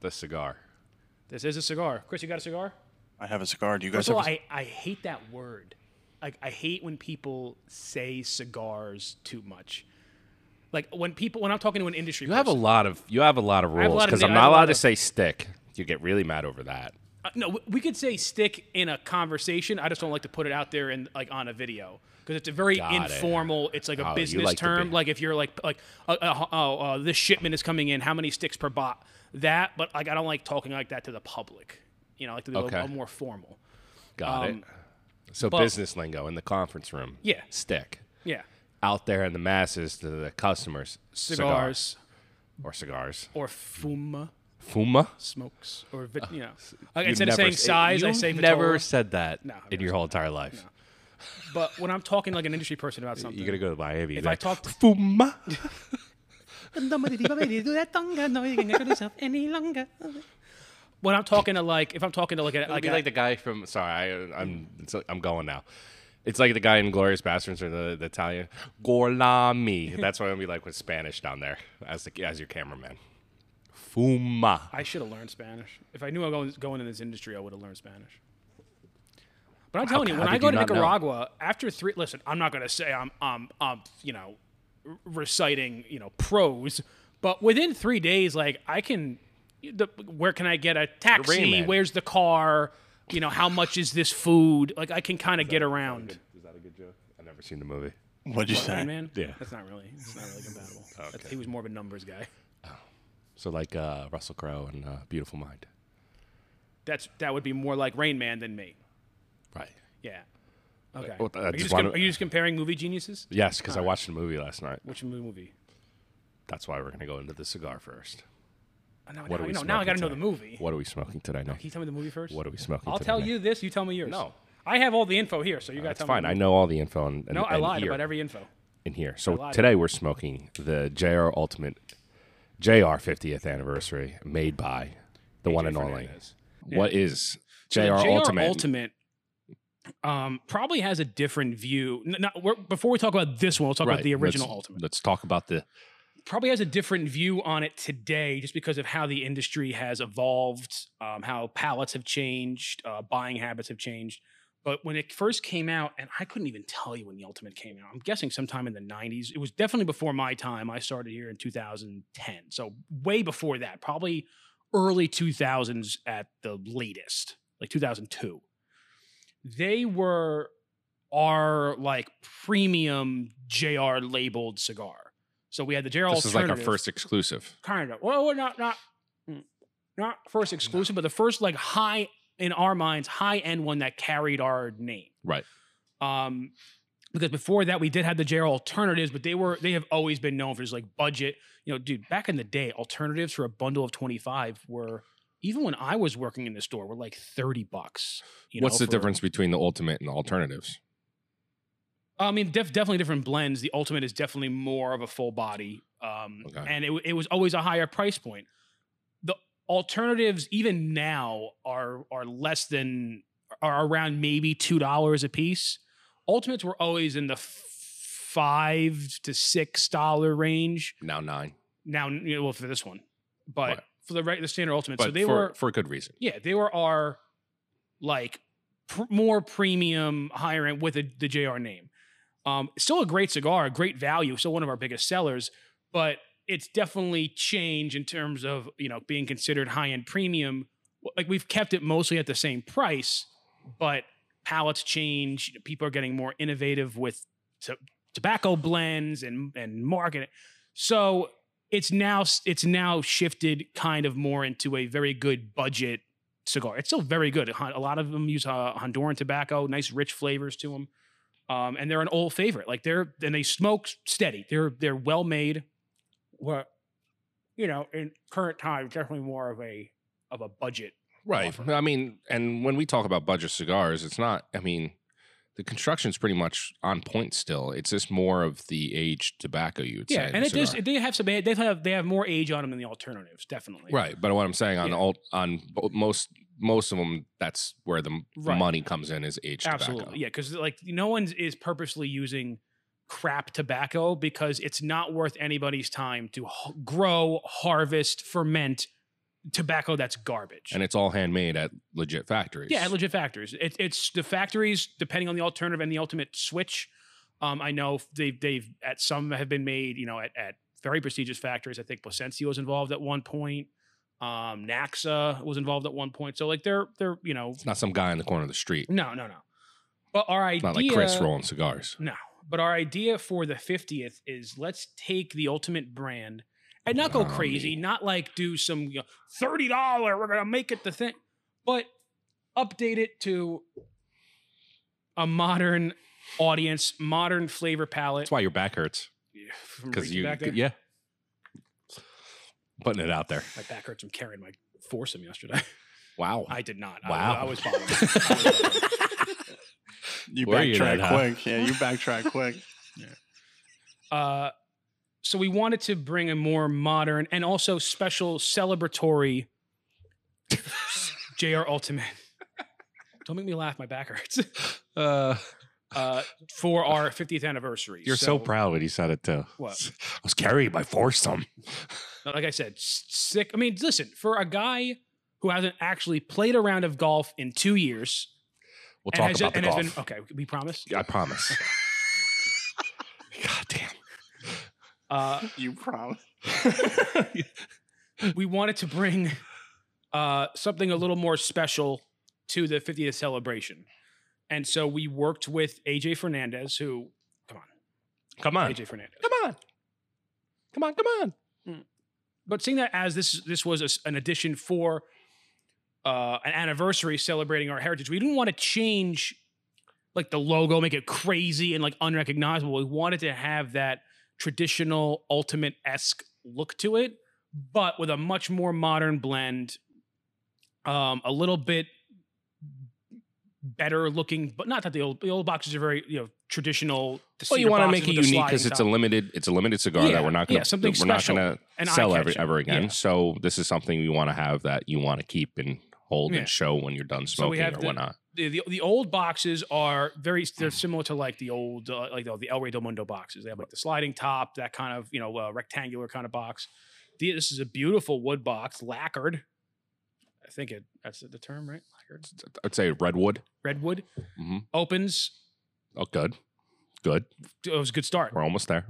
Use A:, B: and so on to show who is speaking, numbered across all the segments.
A: the cigar.
B: This is a cigar. Chris, you got a cigar?
C: I have a cigar. Do you guys
B: First of all,
C: have? a-
B: I, I hate that word. Like I hate when people say cigars too much. Like when people when I'm talking to an industry,
A: You have a lot of you have a lot of
B: have a
A: rules
B: lot of
A: because
B: thing-
A: I'm
B: I have
A: not
B: a lot
A: allowed to
B: of-
A: say stick. You get really mad over that.
B: Uh, no, w- we could say stick in a conversation. I just don't like to put it out there and like on a video because it's a very
A: Got it.
B: informal. It's like
A: Oh,
B: a
A: you
B: business
A: like to
B: term.
A: be-
B: Like if you're like like uh, uh, oh uh, this shipment is coming in, how many sticks per bot? That, but like I don't like talking like that to the public. You know, I like to be a
A: Okay.
B: little more formal.
A: Got
B: Um,
A: it. So
B: but-
A: business lingo in the conference room.
B: Yeah.
A: Stick.
B: Yeah,
A: Out there in the masses to the customers. cigar
B: cigars
A: or cigars.
B: or fuma.
A: Fuma.
B: smokes or vit- you know. Like,
A: You've
B: instead of
A: never
B: saying
A: s-
B: size, I
A: you've
B: say
A: never
B: never.
A: said that
B: No, I've
A: in
B: never
A: your whole entire life.
B: But when I'm talking like an industry person about something,
A: You're gonna go to Miami.
B: If
A: you're
B: I
A: like,
B: talked-
A: Fuma.
B: when I'm talking to like if I'm talking to like a,
A: It'd
B: like,
A: be
B: a-
A: like the guy from. Sorry, I, I'm
B: Mm.
A: it's, I'm going now. It's like the guy in Glorious Bastards or the, the Italian Gorlami. That's what I'm gonna be like with Spanish down there as the as your cameraman. Fuma.
B: I should have learned Spanish. If I knew I was going in this industry, I would have learned Spanish. But I'm telling you,
A: how
B: when I
A: did
B: go
A: you
B: to
A: not know?
B: Nicaragua after three, listen, I'm not gonna say I'm I'm I'm you know r- reciting you know prose, but within three days, like I can, the, where can I get a taxi?
A: Man.
B: Where's the car? You know, how much is this food? Like I can kind of get around.
A: Is that a good joke? I've never seen the movie.
C: What'd you say?
B: Rain Man?
A: Yeah.
B: That's not really that's not really compatible. That's- He was more of a numbers guy.
A: So like uh, Russell Crowe and uh, Beautiful Mind.
B: That's that would be more like Rain Man than me.
A: Right.
B: Yeah. Okay.
A: well, I
B: are, you
A: just
B: just
A: wanna-
B: com- are you just comparing movie geniuses?
A: Yes, because I watched a movie last night.
B: Which movie?
A: That's why we're gonna go into the cigar first.
B: Oh, no,
A: What
B: now,
A: are we
B: no, now I
A: smoking
B: got to know the
A: today?
B: movie.
A: What are we smoking today? No.
B: Can you tell me the movie first?
A: What are we smoking?
B: I'll
A: today,
B: tell
A: Nick?
B: you this. You tell me yours.
A: No. Uh,
B: I have all the info here, so you got to
A: That's
B: tell
A: fine.
B: me.
A: I know all the info. And, and
B: No, I
A: and
B: lied
A: here.
B: about every info.
A: in here. So
B: lied.
A: today we're smoking the JR Ultimate JR 50th anniversary made by the one and only. What is JR,
B: So the
A: Ultimate?
B: Ultimate um, probably has a different view. N- not- we're- before we talk about this one, we'll talk
A: Right,
B: about the original
A: let's,
B: Ultimate.
A: Let's talk about the
B: probably has a different view on it today just because of how the industry has evolved, um, how palettes have changed, uh, buying habits have changed. But when it first came out, and I couldn't even tell you when the Ultimate came out, I'm guessing sometime in the 90s. It was definitely before my time. I started here in 2010. So, way before that, probably early 2000s at the latest, like 2002. They were our like premium JR labeled cigar. So we had the JR
A: This is like our
B: alternative
A: first exclusive.
B: kind of. Well, we're not not mm, not first exclusive, but the first like high in our minds, high end one that carried our name.
A: Right.
B: Um, because before that we did have the JR alternatives, but they were they have always been known for just like budget. You know, dude, back in the day, alternatives for a bundle of twenty five were even when I was working in the store were like thirty bucks. You
A: What's
B: know,
A: the
B: for-
A: difference between the Ultimate and the alternatives?
B: I mean, def- definitely different blends. The ultimate is definitely more of a full body, um,
A: Okay.
B: and it, w- it was always a higher price point. The alternatives, even now, are are less than are around maybe two dollars a piece. Ultimates were always in the f- five to six dollar range.
A: Now nine,
B: Now, you know, well, for this one, but
A: Right.
B: for the right, the standard ultimate,
A: but
B: so they
A: for,
B: were
A: for good reason.
B: yeah, they were our like pr- more premium, higher end with a, the JR name. Um, still a great cigar, a great value, still one of our biggest sellers, but it's definitely changed in terms of you know being considered high end premium. W- Like we've kept it mostly at the same price, but palettes change. People are getting more innovative with to- tobacco blends and and marketing. So it's now it's now shifted kind of more into a very good budget cigar. It's still very good. Hon- A lot of them use uh, Honduran tobacco, nice rich flavors to them, um, and they're an old favorite. Like they're and they smoke steady. They're they're well made. Where, you know, in current time, definitely more of a of a budget.
A: Right.
B: offer.
A: I mean, and when we talk about budget cigars, it's not, I mean, the construction's pretty much on point still. It's just more of the aged tobacco you would say. in
B: and
A: a
B: it does.
A: cigar.
B: They have some. They have they have more age on them than the alternatives. Definitely.
A: Right, but what I'm saying on
B: Yeah.
A: the old, on bo- most most of them, that's where the m-
B: Right.
A: money comes in is aged
B: Absolutely.
A: tobacco.
B: Yeah, because like no one is purposely using crap tobacco because it's not worth anybody's time to h- grow, harvest, ferment tobacco that's garbage.
A: and it's all handmade at legit factories.
B: Yeah, at legit factories. It, it's the factories, depending on the alternative and the ultimate switch. Um, I know they've they've at some have been made, you know, at, at very prestigious factories. I think Placentia was involved at one point. Um, Naxa was involved at one point. So like they're they're you know
A: it's not some guy in the corner of the street.
B: no no no. But our
A: It's
B: idea
A: not like Chris rolling cigars.
B: no. But our idea for the 50th is let's take the ultimate brand and not go
A: Wow.
B: crazy, not like do some you know, $30, we're going to make it the thing, but update it to a modern audience, modern flavor palette.
A: That's why your back hurts
B: Yeah, from
A: because
B: reaching
A: you
B: back there.
A: yeah. Putting it out there.
B: My back hurts from carrying my foursome yesterday.
A: Wow.
B: I did not. I-
A: Wow.
B: I, was bombing. I was bombing.
C: You
A: Were you
C: backtrack
A: not, huh?
C: quick. Yeah, you backtrack quick.
B: Uh, so we wanted to bring a more modern and also special celebratory JR Ultimate. Don't make me laugh. My back hurts.
A: uh,
B: Uh, for our 50th anniversary.
A: you're so, proud when you said it too.
B: What?
A: I was carried by foursome.
B: Like I said, s- sick. I mean, listen, for a guy who hasn't actually played a round of golf in two years,
A: We'll
B: and
A: talk
B: has-
A: about the
B: and
A: golf.
B: has been oh. okay. We promise.
A: I promise. God
B: Uh,
C: You promise.
A: damn.
B: we wanted to bring uh, something a little more special to the 50th celebration. And so we worked with AJ Fernandez, who, come on,
A: Come on.
B: AJ Fernandez.
A: Come on. Come on, come on.
B: But seeing that as this this was a s an addition for uh, an anniversary celebrating our heritage, we didn't want to change like the logo, make it crazy and like unrecognizable. We wanted to have that traditional ultimate esque look to it, but with a much more modern blend, um, a little bit better looking. But not that the old the old boxes are very you know traditional. the
A: Well, you
B: cedar
A: want to
B: boxes
A: make it
B: with the
A: unique because
B: sliding
A: it's a
B: top,
A: limited it's a limited cigar
B: Yeah,
A: that we're not gonna
B: yeah, something
A: we're not
B: special
A: gonna
B: an
A: sell every,
B: eye-catcher.
A: ever again.
B: Yeah.
A: So this is something you want to have that you want to keep and hold
B: Yeah.
A: and show when you're done
B: So we
A: smoking
B: have
A: or
B: the-
A: whatnot.
B: the, the, the old boxes are very they're similar to like the old uh, like the, the El Rey del Mundo boxes. They have like the sliding top, that kind of you know uh, rectangular kind of box. The, this is a beautiful wood box, lacquered. I think it that's the term, right? Lacquered
A: I'd say redwood.
B: redwood
A: Mhm.
B: opens.
A: Oh, good, good.
B: It was a good start.
A: We're almost there.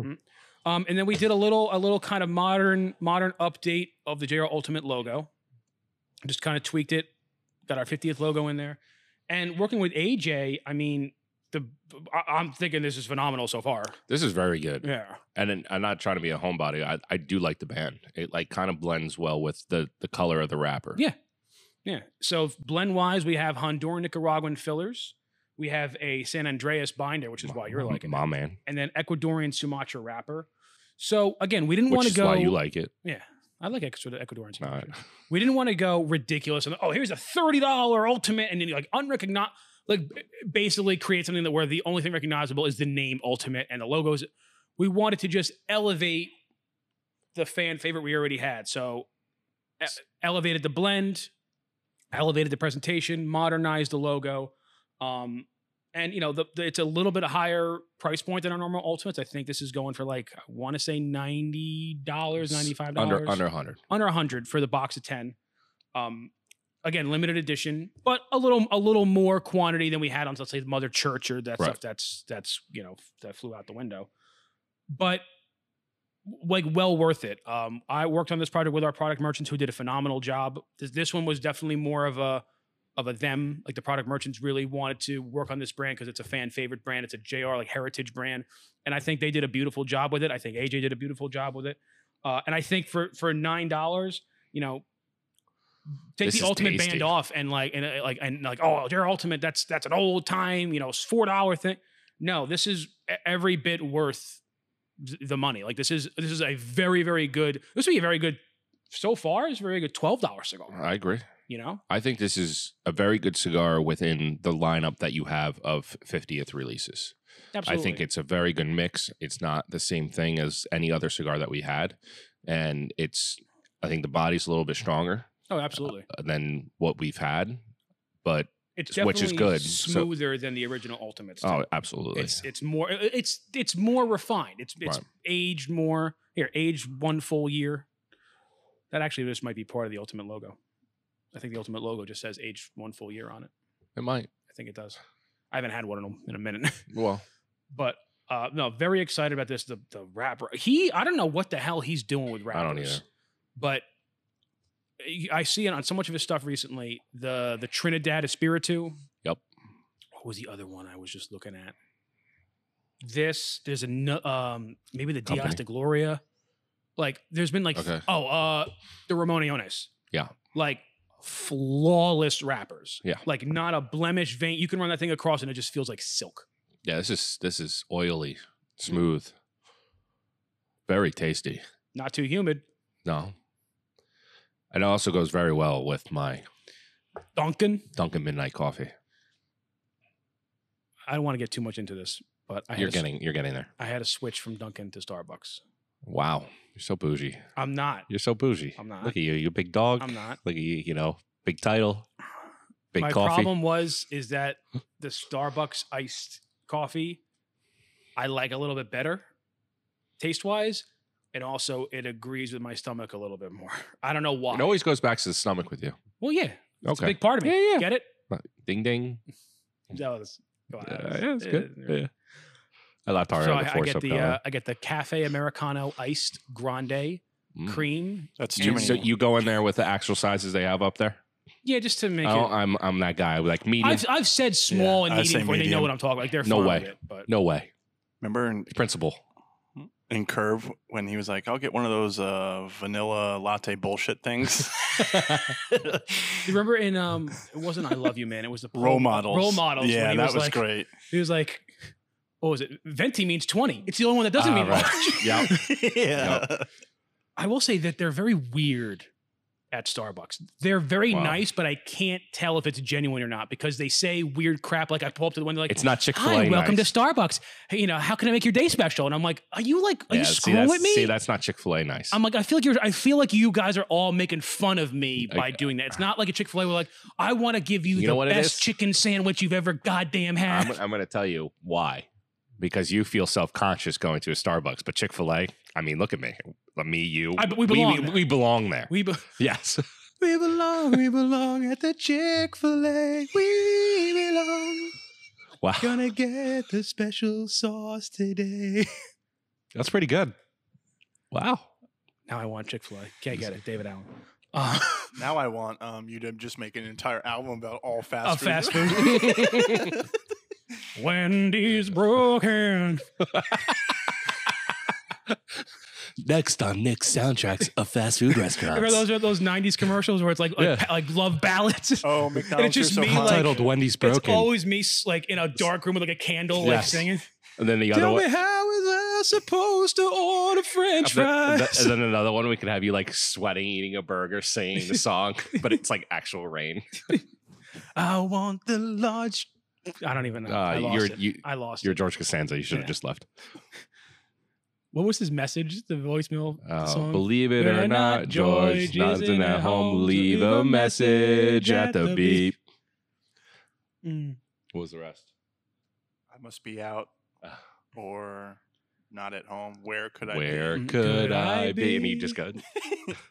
B: Um, and then we did a little a little kind of modern modern update of the JR Ultimate logo. Just kind of tweaked it, got our 50th logo in there. And working with AJ, I mean, the I, I'm thinking this is phenomenal so far.
A: This is very good,
B: Yeah.
A: and then, I'm not trying to be a homebody. I, I do like the band. It like kind of blends well with the the color of the wrapper.
B: Yeah. Yeah. So blend wise, we have Honduran Nicaraguan fillers. We have a San Andreas binder, which is why you're
A: M-
B: liking
A: my
B: it.
A: man,
B: And then Ecuadorian Sumatra wrapper. So again, we didn't want
A: which
B: to
A: is
B: go.
A: why you like it.
B: yeah. I like Ecuador- Ecuadorian
A: All
B: Sumatra.
A: right.
B: We didn't want to go ridiculous. And, oh, here's a thirty dollar ultimate, and then like unrecognized, like b- basically create something that where the only thing recognizable is the name ultimate and the logos. We wanted to just elevate the fan favorite we already had. So e- elevated the blend, elevated the presentation, modernized the logo. Um, and you know, the, the- it's a little bit higher price point than our normal ultimates. I think this is going for like I want to say ninety dollars, ninety five dollars
A: Under under hundred.
B: under 100 for the box of 10 um again limited edition but a little a little more quantity than we had on let's say the mother church or that
A: Right.
B: stuff that's that's you know that flew out the window but like well worth it um i worked on this project with our product merchants who did a phenomenal job this, this one was definitely more of a of a them like the product merchants really wanted to work on this brand because it's a fan favorite brand it's a jr like heritage brand and i think they did a beautiful job with it i think aj did a beautiful job with it uh, and i think for for nine dollars you know take
A: This
B: the
A: is
B: ultimate
A: tasty.
B: band off and like and uh, like and like oh jr ultimate that's that's an old time you know it's four dollar thing no this is e- every bit worth th- the money like this is this is a very very good this would be a very good so far is a very good $12 cigar
A: I agree.
B: you know
A: I think this is a very good cigar within the lineup that you have of 50th releases.
B: absolutely
A: I think it's a very good mix. It's not the same thing as any other cigar that we had. And it's, I think the body's a little bit stronger
B: oh absolutely
A: uh, than what we've had. But,
B: it's
A: which is
B: definitely
A: good. So-
B: smoother than the original ultimates
A: oh, absolutely.
B: it's it's more it- it's it's more refined it's it's
A: Right.
B: aged more here aged one full year That actually just might be part of the ultimate logo. I think the ultimate logo just says aged one full year on it.
A: It might.
B: I think it does. I haven't had one in a, in a minute,
A: Well,
B: but uh, no, very excited about this. The the rapper, he, I don't know what the hell he's doing with rappers,
A: I don't either.
B: but y- I see it on so much of his stuff recently. The the Trinidad Espiritu.
A: Yep.
B: What was the other one I was just looking at? This there's a no- um maybe the Dios
A: Company.
B: de Gloria. Like there's been like
A: Okay.
B: oh uh the Ramoneones.
A: Yeah.
B: Like flawless rappers.
A: Yeah.
B: Like not a blemish vein. You can run that thing across and it just feels like silk.
A: Yeah, this is this is oily,
B: Mm.
A: smooth, very tasty.
B: Not too humid.
A: No, and it also goes very well with my
B: Duncan.
A: Dunkin' Midnight Coffee.
B: I don't want to get too much into this, but I had
A: You're
B: a s-
A: getting you're getting there.
B: I had a switch from Duncan to Starbucks.
A: Wow, you're so bougie.
B: I'm not.
A: You're so bougie.
B: I'm not.
A: Look at you, you big dog.
B: I'm not.
A: Look at you, you know, big title, big
B: my
A: coffee.
B: problem was is that the Starbucks iced coffee I like a little bit better taste wise, and also it agrees with my stomach a little bit more. I don't know why.
A: It always goes back to the stomach with you.
B: well, yeah, it's a
A: Okay.
B: big part of me.
A: Yeah, yeah.
B: Get it?
A: Ding ding.
B: That was, wow,
A: Yeah,
B: that was-
A: yeah, it's good.
B: uh,
A: Yeah. I laughed hard
B: So
A: at
B: I,
A: the
B: I
A: force
B: get
A: up
B: the
A: there.
B: uh, I get the cafe americano iced grande
A: Mm.
B: cream.
C: That's
A: Do
C: too
A: you,
C: many.
A: so you go in there with the actual sizes they have up there.
B: Yeah, just to make
A: Oh,
B: it.
A: I'm I'm that guy. Like medium.
B: I've, I've said small and
C: I'd say
B: medium when they know
C: medium.
B: what I'm talking. Like they're
A: No
B: fine
A: way.
B: with it, but
A: no way.
C: Remember in,
A: Principal.
C: in Curve when he was like, "I'll get one of those uh, vanilla latte bullshit things."
B: You remember in um, it wasn't I love you, man. It was the
C: role models.
B: Role models. when
C: Yeah,
B: he
C: that was,
B: like,
C: great.
B: He was like, what was it? Venti means 20. It's the only one that doesn't
A: Ah,
B: mean
A: right.
B: much.
A: yeah.
C: yeah.
B: I will say that they're very weird at Starbucks. They're very
A: Wow.
B: nice, but I can't tell if it's genuine or not because they say weird crap. Like I pull up to the window, like,
A: It's not Chick Fil A.
B: hi, welcome to Starbucks. Hey, you know, how can I make your day special? And I'm like, are you like, are you screwing
A: see,
B: with me?
A: See, that's not Chick Fil A nice.
B: I'm like, I feel like you're, I feel like you guys are all making fun of me by
A: I-
B: doing that. It's not like a Chick Fil A. We're like, I want to give you,
A: You
B: the
A: know what it
B: best
A: is?
B: chicken sandwich you've ever goddamn had.
A: I'm, I'm going to tell you why. Because you feel self conscious going to a Starbucks, but Chick Fil A. I mean, look at me. Let me, you.
B: I- we belong
A: We,
B: there.
A: we belong there.
B: we, be-
A: yes. We belong. We belong at the Chick Fil A. We belong. Wow,
B: Gonna get the special sauce today.
A: that's pretty good. Wow.
B: Now I want Chick fil A. Can't get it. David Allen. Uh,
C: Now I want um, you to just make an entire album about all fast
B: Of
C: food.
B: Oh, fast food. Wendy's broken.
A: Next on Nick's soundtracks of fast food
B: Remember those those '90s commercials where it's like like,
A: Yeah.
B: pa- like love ballads.
C: oh, McDonald's,
B: just
C: you're
B: me,
C: so fine.
B: like-
A: titled Wendy's
B: It's
A: Broken.
B: always me s- like in a dark room with like a candle like
A: Yes.
B: singing.
A: and then the other one.
B: how is I supposed to order French
A: and then- and then another one we could have you like sweating, eating a burger, singing the song, but it's like actual rain.
B: I want the large. I don't even know. I
A: Uh,
B: lost
A: you're
B: it.
A: you,
B: I lost
A: you're
B: it.
A: George Costanza. You should have
B: Yeah.
A: just left.
B: What was his message? The voicemail
A: Uh,
B: song.
A: believe it
B: Better
A: or
B: not,
A: not, George
B: George isn't
A: Johnson
B: at
A: at
B: home,
A: home.
B: so
A: Leave a message at the beep.
B: Mm.
A: What was the rest?
C: I must be out or not at home. Where could I
A: Where
B: Mm,
A: could,
B: could I
A: I be? And
B: be?
A: you just go,
C: be?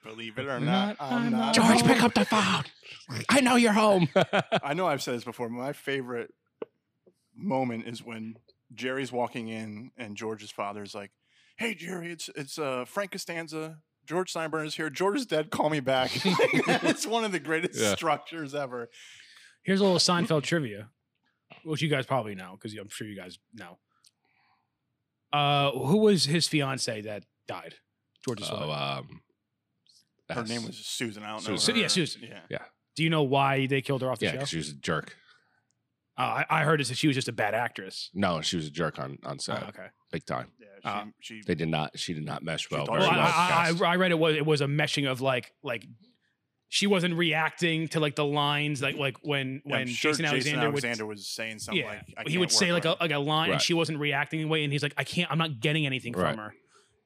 C: Believe it or
B: Not-
C: not, I'm
B: I'm
C: not.
B: not
A: George,
C: at
A: pick
C: home.
A: up the phone. I know you're home.
C: I know I've said this before. but My favorite moment is when Jerry's walking in and George's father's like, "Hey, Jerry, it's it's uh, Frank Costanza. George Steinbrenner is here. George is dead. Call me back." it's one of the greatest
A: Yeah.
C: structures ever.
B: Here's a little Seinfeld trivia, which you guys probably know because I'm sure you guys know. Uh, who was his fiance that died? George's father.
A: so, um,
C: Her name
A: that's-
C: was Susan. I don't know.
A: Susan.
C: Her.
B: Yeah, Susan.
C: Yeah.
B: Do you know why they killed her off the
A: yeah,
B: show?
A: 'cause she was a jerk.
B: Oh, I, I heard is that she was just a bad actress.
A: No, she was a jerk on on set,
B: Oh, okay.
A: big time.
C: yeah she,
B: Uh,
C: she,
A: They did not. She did not mesh
C: She
A: well.
C: thought
A: very
B: Well,
C: she
A: well with the
B: I,
A: cast.
B: I, I, I read it was it was a meshing of like like she wasn't reacting to like the lines like like when
C: Yeah, I'm
B: when
C: sure
B: Jason, Alexander, would
C: was saying something like I
B: he would
C: can't
B: say like
C: work
B: a,
C: right
B: like a line and
A: Right.
B: she wasn't reacting in a way and he's like i can't i'm not getting anything
A: Right.
B: from her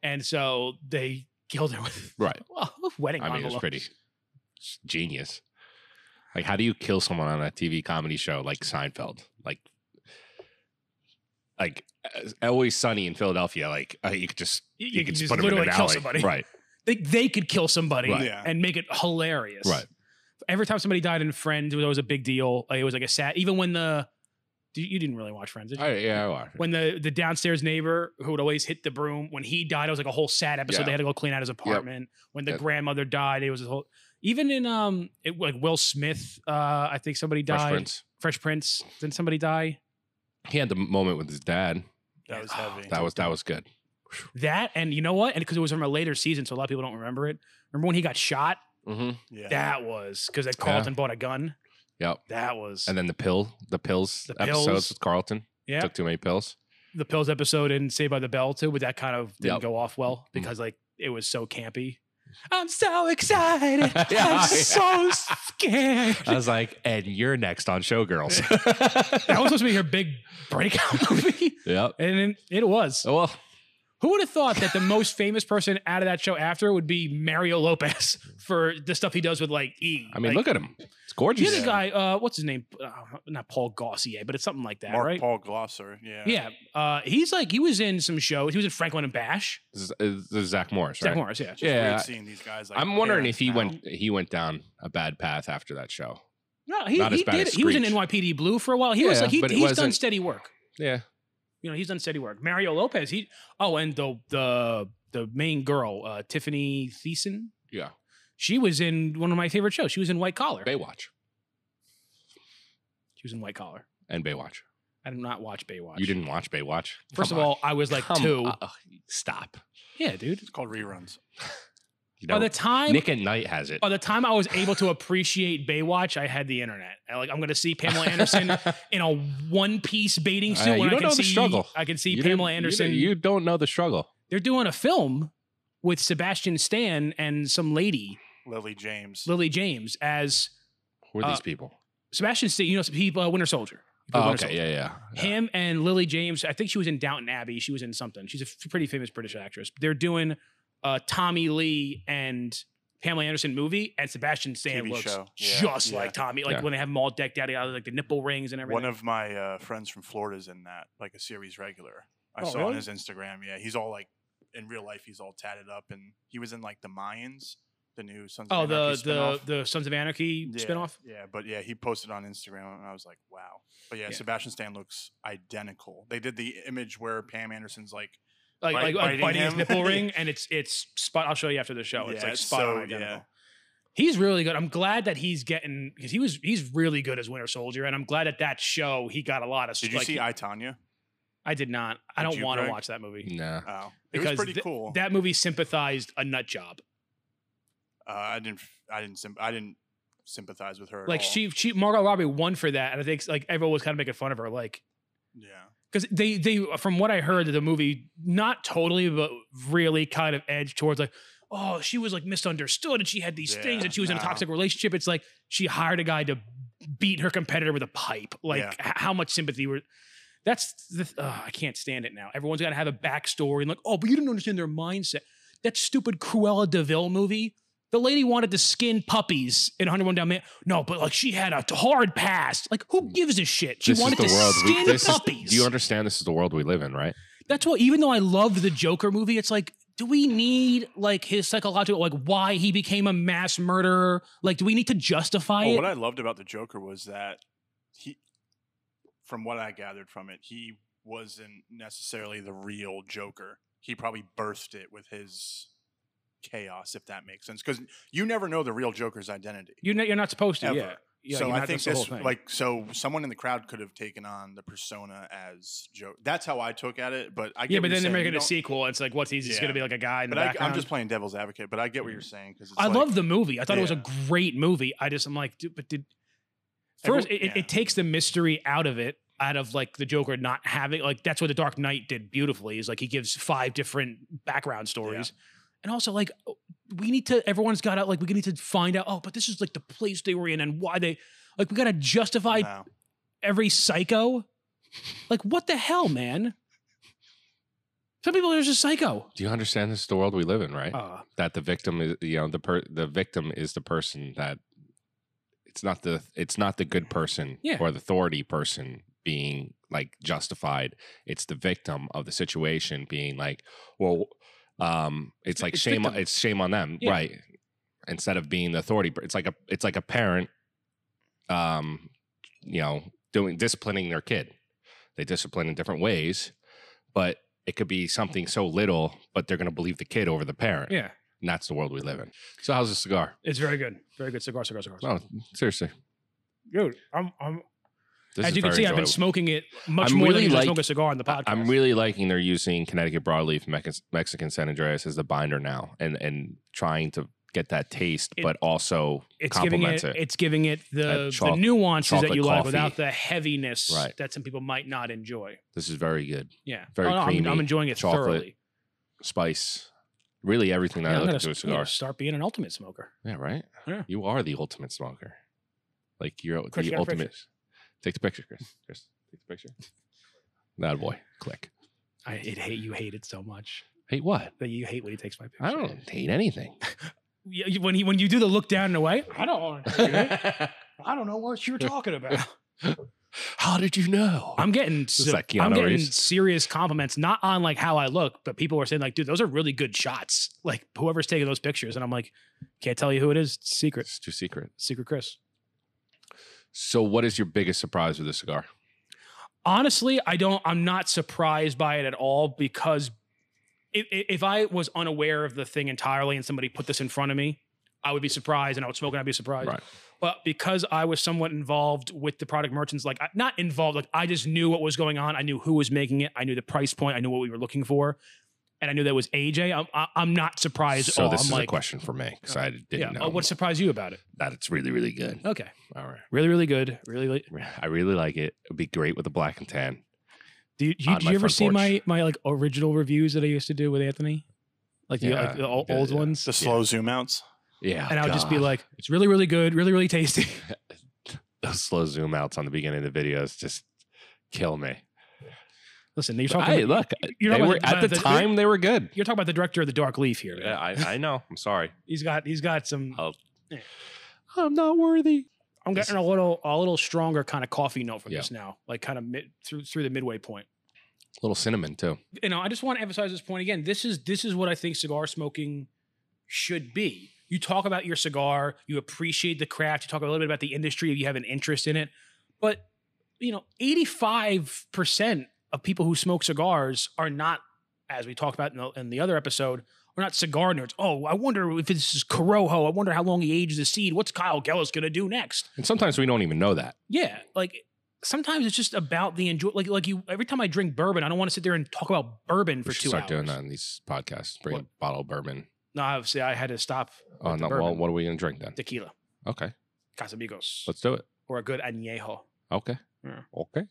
B: and so they killed her with
A: right.
B: well, wedding
A: I mean, it's
B: envelopes.
A: pretty s- genius. Like, how do you kill someone on a TV comedy show like Seinfeld? Like, like uh, Always Sunny in Philadelphia. Like, uh, you could just
B: you,
A: you,
B: can
A: could
B: just
A: just put him in
B: literally
A: an
B: kill
A: alley,
B: somebody
A: right?
B: they, they could kill somebody
A: Right.
C: Yeah.
B: and make it hilarious.
A: Right.
B: Every time somebody died in Friends, it was always a big deal. Like, It was like a sad. Even when the you- you didn't really watch Friends, did you?
A: I, Oh, yeah, I are.
B: when the the downstairs neighbor who would always hit the broom when he died, it was like a whole sad episode.
A: Yeah.
B: They had to go clean out his apartment. When the
A: Yep.
B: grandmother died, it was a whole. Even in um, it, like Will Smith, uh, I think somebody died.
A: Fresh Prince.
B: Fresh Prince. Didn't somebody die?
A: He had the moment with his dad.
C: That was heavy.
A: That was that was good.
B: That and you know what? And because it was from a later season, so a lot of people don't remember it. Remember when he got shot?
A: Mm-hmm.
C: yeah.
B: That was because Carlton bought a gun.
A: Yep.
B: That was
A: And then the pill, the pills
B: The
A: episodes
B: pills.
A: with Carlton.
B: yeah.
A: Took too many pills.
B: the pills episode in Saved by the Bell too, but that kind of didn't
A: Yep.
B: go off well
A: Mm.
B: because like it was so campy. I'm so excited.
A: Yeah, Uh, yeah.
B: I'm so scared.
A: I was like, and you're next on Showgirls.
B: that was supposed to be her big breakout movie,
A: yep.
B: and then it was.
A: Oh, well,
B: Who would have thought that the most famous person out of that show after would be Mario Lopez for the stuff he does with like E?
A: I mean,
B: Like,
A: look at him. It's
B: the
A: gorgeous.
B: other
C: Yeah.
B: guy, uh, what's his name? Uh, not Paul Gossier, but it's something like that,
C: Mark
B: right?
C: Paul Glosser. Yeah.
B: Yeah, uh, he's like he was in some shows. He was in Franklin and Bash.
A: This is, this is Zach Morris, right?
B: Zach Morris, yeah.
C: Just
A: Yeah.
C: Weird seeing these guys. Like,
A: I'm wondering
C: pairing
A: if he
C: now.
A: went he went down a bad path after that show.
B: No, he,
A: Not as
B: he
A: bad
B: did.
A: as
B: He was in
A: Screech.
B: NYPD Blue for a while. He was
A: Yeah,
B: like he,
A: but it
B: he's done
A: wasn't-
B: steady work.
A: Yeah.
B: You know, he's done steady work. Mario Lopez. He oh, and the the the main girl, uh, Tiffany Thiessen.
A: Yeah.
B: She was in one of my favorite shows. She was in White Collar.
A: Baywatch
B: She was in White Collar.
A: and Baywatch.
B: I did not watch Baywatch.
A: You didn't watch Baywatch.
B: First
A: Come
B: of
A: on.
B: all, I was like
A: Come
B: two.
A: on. Ugh, stop.
B: Yeah, dude.
C: It's called reruns.
A: You
B: By
A: know,
B: the time
A: Nick at Night has it.
B: by the time I was able to appreciate Baywatch, I had the internet. I, like I'm gonna see Pamela Anderson in a one piece bathing suit.
A: Uh,
B: when
A: you
B: I
A: don't
B: can
A: know the
B: see,
A: struggle.
B: I can see
A: You didn't-
B: Pamela
A: you
B: Anderson.
A: didn't- You, don't know the struggle.
B: they're doing a film with Sebastian Stan and some lady,
C: Lily James.
B: Lily James, as
A: Who are
B: Uh,
A: these people?
B: Sebastian Stan, you know, he, uh, Winter Soldier. He played
A: Oh,
B: Winter
A: okay.
B: Soldier.
A: Yeah, yeah. yeah.
B: Him and Lily James, I think she was in Downton Abbey. She was in something. She's a f- pretty famous British actress. They're doing uh, Tommy Lee and Pamela Anderson movie, and Sebastian Stan
C: TV
B: looks
C: show. Yeah,
B: just
C: yeah.
B: like Tommy. Like
A: Yeah.
B: when they have them all decked out, like the nipple rings and everything.
C: One of my uh, friends from Florida's in that, like a series regular. I
B: Oh,
C: saw
B: really?
C: on his Instagram. Yeah, he's all like, in real life, he's all tatted up, and he was in like the Mayans, the new Sons
B: oh,
C: of Anarchy
B: the the
C: spinoff.
B: the Sons of Anarchy
C: yeah,
B: spinoff.
C: Yeah, but yeah, he posted on Instagram, and I was like, wow. But yeah,
B: Yeah.
C: Sebastian Stan looks identical. They did the image where Pam Anderson's like,
B: like
C: Bite-
B: like, like
C: biting
B: biting his
C: him.
B: nipple ring, and it's it's spot. I'll show you after the show. it's
C: Yeah,
B: like
C: it's
B: spot on
C: so-
B: identical.
C: yeah.
B: He's really good. I'm glad that he's getting because he was he's really good as Winter Soldier, and I'm glad that that show he got a lot of.
C: did you
B: like,
C: see I Tanya?
B: I did not. I
C: Did
B: don't
C: you,
B: want to
C: Greg?
B: watch that movie.
A: Nah.
C: Oh, it
B: Because
C: was pretty
B: th-
C: cool.
B: That movie sympathized a nut job.
C: uh, I didn't, f- I didn't, symp- I didn't sympathize with her. at
B: Like
C: all.
B: she she Margot Robbie won for that, and I think like everyone was kind of making fun of her. Like
C: yeah,
B: because they they from what I heard that the movie not totally but really kind of edged towards like oh she was like misunderstood and she had these things
C: Yeah,
B: and she was in a
C: no.
B: toxic relationship. It's like she hired a guy to beat her competitor with a pipe. Like
C: Yeah.
B: h- how much sympathy were. That's the, th- ugh, I can't stand it now. Everyone's got to have a backstory and like oh but you didn't understand their mindset. That stupid Cruella Deville movie. The lady wanted to skin puppies in 101 Down Man. No, but like she had a hard past. Like who gives a shit? She
A: Mm. this is
B: wanted
A: the
B: to
A: world.
B: skin
A: this is-
B: puppies.
A: do you understand? This is the world we live in, right?
B: That's what. Even though I love the Joker movie, it's like, do we need like his psychological, like why he became a mass murderer? Like, do we need to justify
C: Well,
B: it?
C: what I loved about the Joker was that he, from what I gathered from it, he wasn't necessarily the real Joker. He probably birthed it with his chaos, if that makes sense. Because you never know the real Joker's identity.
B: you're not. You're not supposed to.
C: Ever.
B: Yeah. yeah.
C: so
B: you're
C: I
B: not-
C: think
B: that's the whole
C: this,
B: thing.
C: like, so someone in the crowd could have taken on the persona as Joker. That's how I took at it. But I get
B: yeah, but
C: what you're
B: then they're
C: saying. You
B: making a
C: don't-
B: sequel. It's like, what's he's just
C: Yeah.
B: gonna be like a guy in the
C: But I,
B: background.
C: I'm just playing devil's advocate. But I get what you're saying because
B: I
C: like,
B: love the movie. I thought it was a
C: Yeah.
B: great movie. I just I'm like, dude, but did first
C: Everyone-
B: it, it,
C: yeah.
B: it takes the mystery out of it, out of like the Joker not having like that's what the Dark Knight did beautifully. Is like he gives five different background stories, and also like oh, we need to everyone's got out like we need to find out. Oh, but this is like the place they were in and why they like we got to justify
C: No.
B: every psycho. Like what the hell, man? Some people are just psycho.
A: Do you understand? This is the world we live in, right?
B: Uh,
A: that the victim is, you know, the per- the victim is the person that it's not the it's not the good person
B: Yeah.
A: or the authority person being like justified. It's the victim of the situation being like, well, Um, it's
B: fi-
A: like
B: it's
A: shame. On,
B: victim.
A: it's shame on them,
B: Yeah.
A: right? Instead of being the authority, it's like a it's like a parent, um, you know, doing disciplining their kid. They discipline in different ways, but it could be something so little, but they're going to believe the kid over the parent.
B: Yeah,
A: and that's the world we live in. So how's the cigar?
B: it's very good. Very good cigar, cigar, cigar.
A: Oh, seriously,
B: Dude, I'm, I'm
A: this
B: as
A: is
B: you can
A: very
B: see, I've been
A: enjoyable.
B: smoking it much
A: I'm
B: more
A: really
B: than I
A: like-
B: smoke a cigar on the podcast.
A: I'm really liking they're using Connecticut broadleaf Mex- Mexican San Andreas as the binder now, and and trying to get that taste,
B: It-
A: but also
B: it's giving it,
A: complements it.
B: it's giving it the,
A: That choc-
B: the nuances that
A: chocolate
B: you like
A: coffee.
B: without the heaviness
A: Right.
B: that some people might not enjoy.
A: This is very good.
B: Yeah,
A: Very
B: Oh, no, I'm- I'm,
A: creamy,
B: enjoying it
A: chocolate.
B: thoroughly.
A: Spice, really everything that
B: Yeah,
A: I
B: I'm
A: look
B: gonna,
A: into a
B: s- I'm
A: cigar.
B: gonna start being an ultimate smoker.
A: Yeah, right.
B: Yeah.
A: You are the ultimate smoker. Like you're
B: Chris,
A: the
B: you got a picture?
A: ultimate. Take the picture, Chris. Chris, take the picture. That boy, click.
B: I it hate you hate it so much
A: Hey, what?
B: that you hate when he takes my picture.
A: I don't hate anything.
B: Yeah, you- when he when you do the look down and away, I don't. wanna do it. I don't know what you're talking about.
A: How did you know?
B: I'm getting
A: is
B: se-
A: like Keanu
B: I'm getting
A: Reeves.
B: serious compliments, not on like how I look, but people were saying like, dude, those are really good shots. Like whoever's taking those pictures, and I'm like, can't tell you who it is. It's secret,
A: it's too secret.
B: secret, Chris.
A: So, what is your biggest surprise with the cigar?
B: honestly i don't i'm not surprised by it at all because if, if i was unaware of the thing entirely and somebody put this in front of me i would be surprised and i would smoke and i'd be surprised
A: Right.
B: but because i was somewhat involved with the product merchants like I- not involved like i just knew what was going on i knew who was making it i knew the price point i knew what we were looking for and i knew that was aj i'm, I- I'm not surprised at
A: so,
B: all.
A: this
B: Oh, I'm
A: is
B: like
A: a question for me because I didn't
B: yeah
A: know
B: oh, what surprised you about it
A: that it's really, really good.
B: okay
A: All right.
B: really really good really, really
A: I really like it. It'd be great with a black and tan.
B: Do you, do you,
A: on
B: do
A: my
B: you ever
A: front
B: see
A: porch.
B: my my like original reviews that I used to do with Anthony, like the,
A: Yeah,
B: like the old,
A: yeah,
B: old
A: yeah.
B: ones?
C: The slow zoom outs.
A: Yeah.
B: and I would just be
A: God.
B: like, "It's really, really good, really, really tasty."
A: those slow zoom outs on the beginning of the videos just kill me.
B: Listen, you're
A: But
B: talking.
A: hey, look,
B: you're
A: they
B: talking
A: were
B: about
A: at the
B: the-
A: time they were good.
B: you're talking about the director of the Dark Leaf here. man.
A: Yeah, I, I know. I'm sorry.
B: He's got he's got some. eh.
A: Oh. I'm not worthy.
B: I'm
A: this-
B: getting a little a little stronger kind of coffee note from
A: Yeah.
B: this now, like kind of mid, through through the midway point.
A: Little cinnamon too.
B: you know, I just want to emphasize this point again. This is this is what I think cigar smoking should be. You talk about your cigar, you appreciate the craft, you talk a little bit about the industry, you have an interest in it. But you know, 85% of people who smoke cigars are not, as we talked about in the, in the other episode, are not cigar nerds. Oh, I wonder if this is Corojo. I wonder how long he ages the seed. What's Kyle Gellis gonna do next?
A: And sometimes we don't even know that.
B: Yeah, like sometimes it's just about the enjoy. Like like you, every time I drink bourbon, I don't want to sit there and talk about bourbon
A: we
B: for
A: should
B: two
A: start
B: hours.
A: doing that in these podcasts. Bring a bottle of bourbon.
B: No, obviously I had to stop
A: Oh,
B: With the
A: no, well,
B: bourbon.
A: what are we going to drink then?
B: tequila,
A: Okay.
B: Casamigos,
A: Let's do it.
B: or a good añejo.
A: Okay.
B: Yeah.
A: Okay.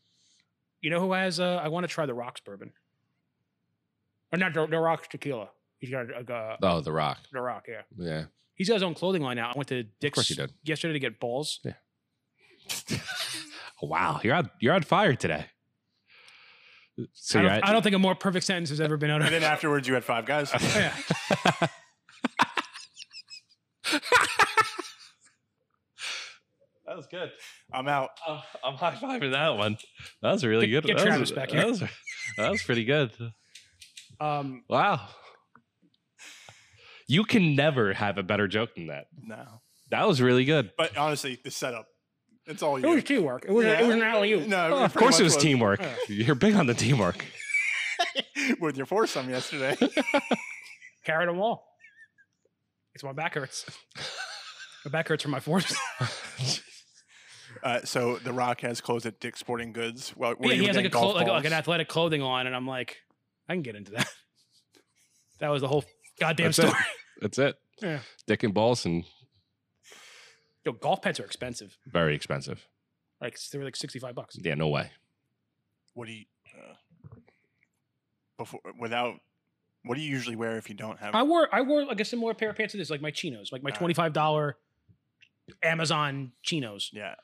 B: You know who has? Uh, I want to try the rocks bourbon, or not the, the rocks tequila. He's got a, a,
A: Oh, The Rock.
B: the rock. Yeah,
A: Yeah.
B: he's got his own clothing line now. I went to
A: Of course
B: Dick's
A: you did.
B: yesterday to get balls.
A: oh, wow, you're on you're on fire today. So
B: I,
A: you're
B: don't, I don't think a more perfect sentence has ever been
C: And then
B: uttered.
C: afterwards, you had five guys.
A: at-
B: yeah.
A: that was good.
C: I'm out.
A: I'm, I'm high fiving that one. That was really
B: Get-
A: good.
B: get
A: that
B: Travis
A: was,
B: back
A: That
B: here.
A: was, that was pretty good.
B: Um,
A: Wow. You can never have a better joke than that.
C: No.
A: That was really good.
C: But honestly, the setup. It's all
B: it was
C: you.
B: teamwork. It was it
C: Yeah.
B: was an alley oop.
C: No,
A: of
C: pretty
A: course it
C: much
A: was teamwork.
B: Yeah.
A: You're big on the teamwork.
C: With your foursome yesterday.
B: carried them all. It's my back hurts. my back hurts from my force.
C: Uh, so The Rock has closed at Dick's Sporting Goods. Well, where
B: yeah, he
C: you were
B: has like a
C: getting golf
B: clo- like, like
C: balls.
B: an athletic clothing on, and I'm like, I can get into that. that was the whole goddamn
A: That's
B: story.
A: it. That's it.
B: Yeah.
A: Dick and balls and
B: Yo, golf pets are expensive.
A: very expensive.
B: Like they were like 65 bucks.
A: Yeah, no way.
C: What do you uh, before without? What do you usually wear if you don't have?
B: I wore I wore like a similar pair of pants to this, like my chinos, like my
C: Ah.
B: $25 Amazon chinos.
C: yeah,